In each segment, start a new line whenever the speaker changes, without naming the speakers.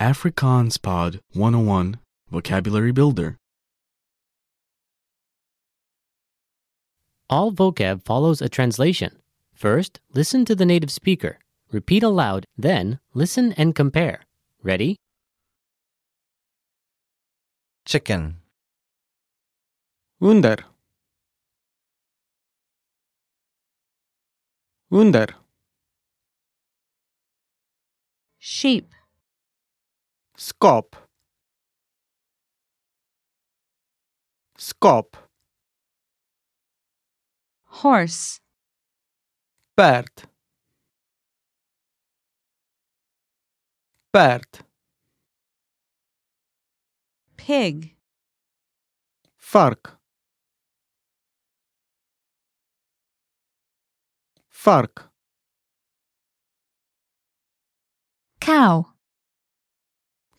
AfrikaansPod 101 Vocabulary Builder.
All vocab follows a translation. First, listen to the native speaker. Repeat aloud, then listen and compare. Ready?
chicken,
Under. Under.
sheep,
Skop. Skop.
horse,
Pert. Pert.
pig,
Fark. Fark.
cow,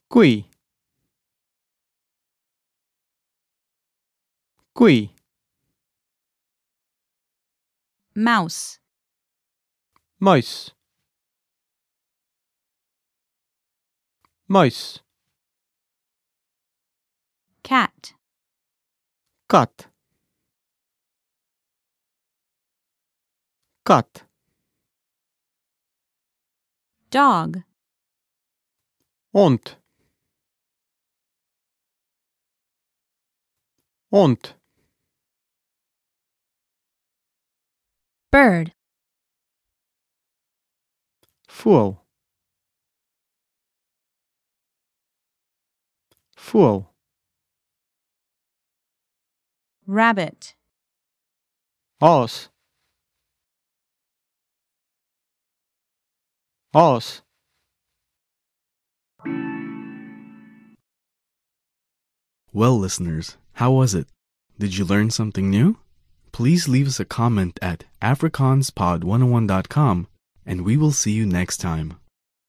Qui. Qui.
mouse,
Muis. Muis.
cat,
Kat. Kat.
dog,
Und. Und.
bird,
Fool. Fool.
rabbit,
Os. Os.
Well, listeners, how was it? Did you learn something new? Please leave oh us a comment at AfrikaansPod101.com and we will see you next time.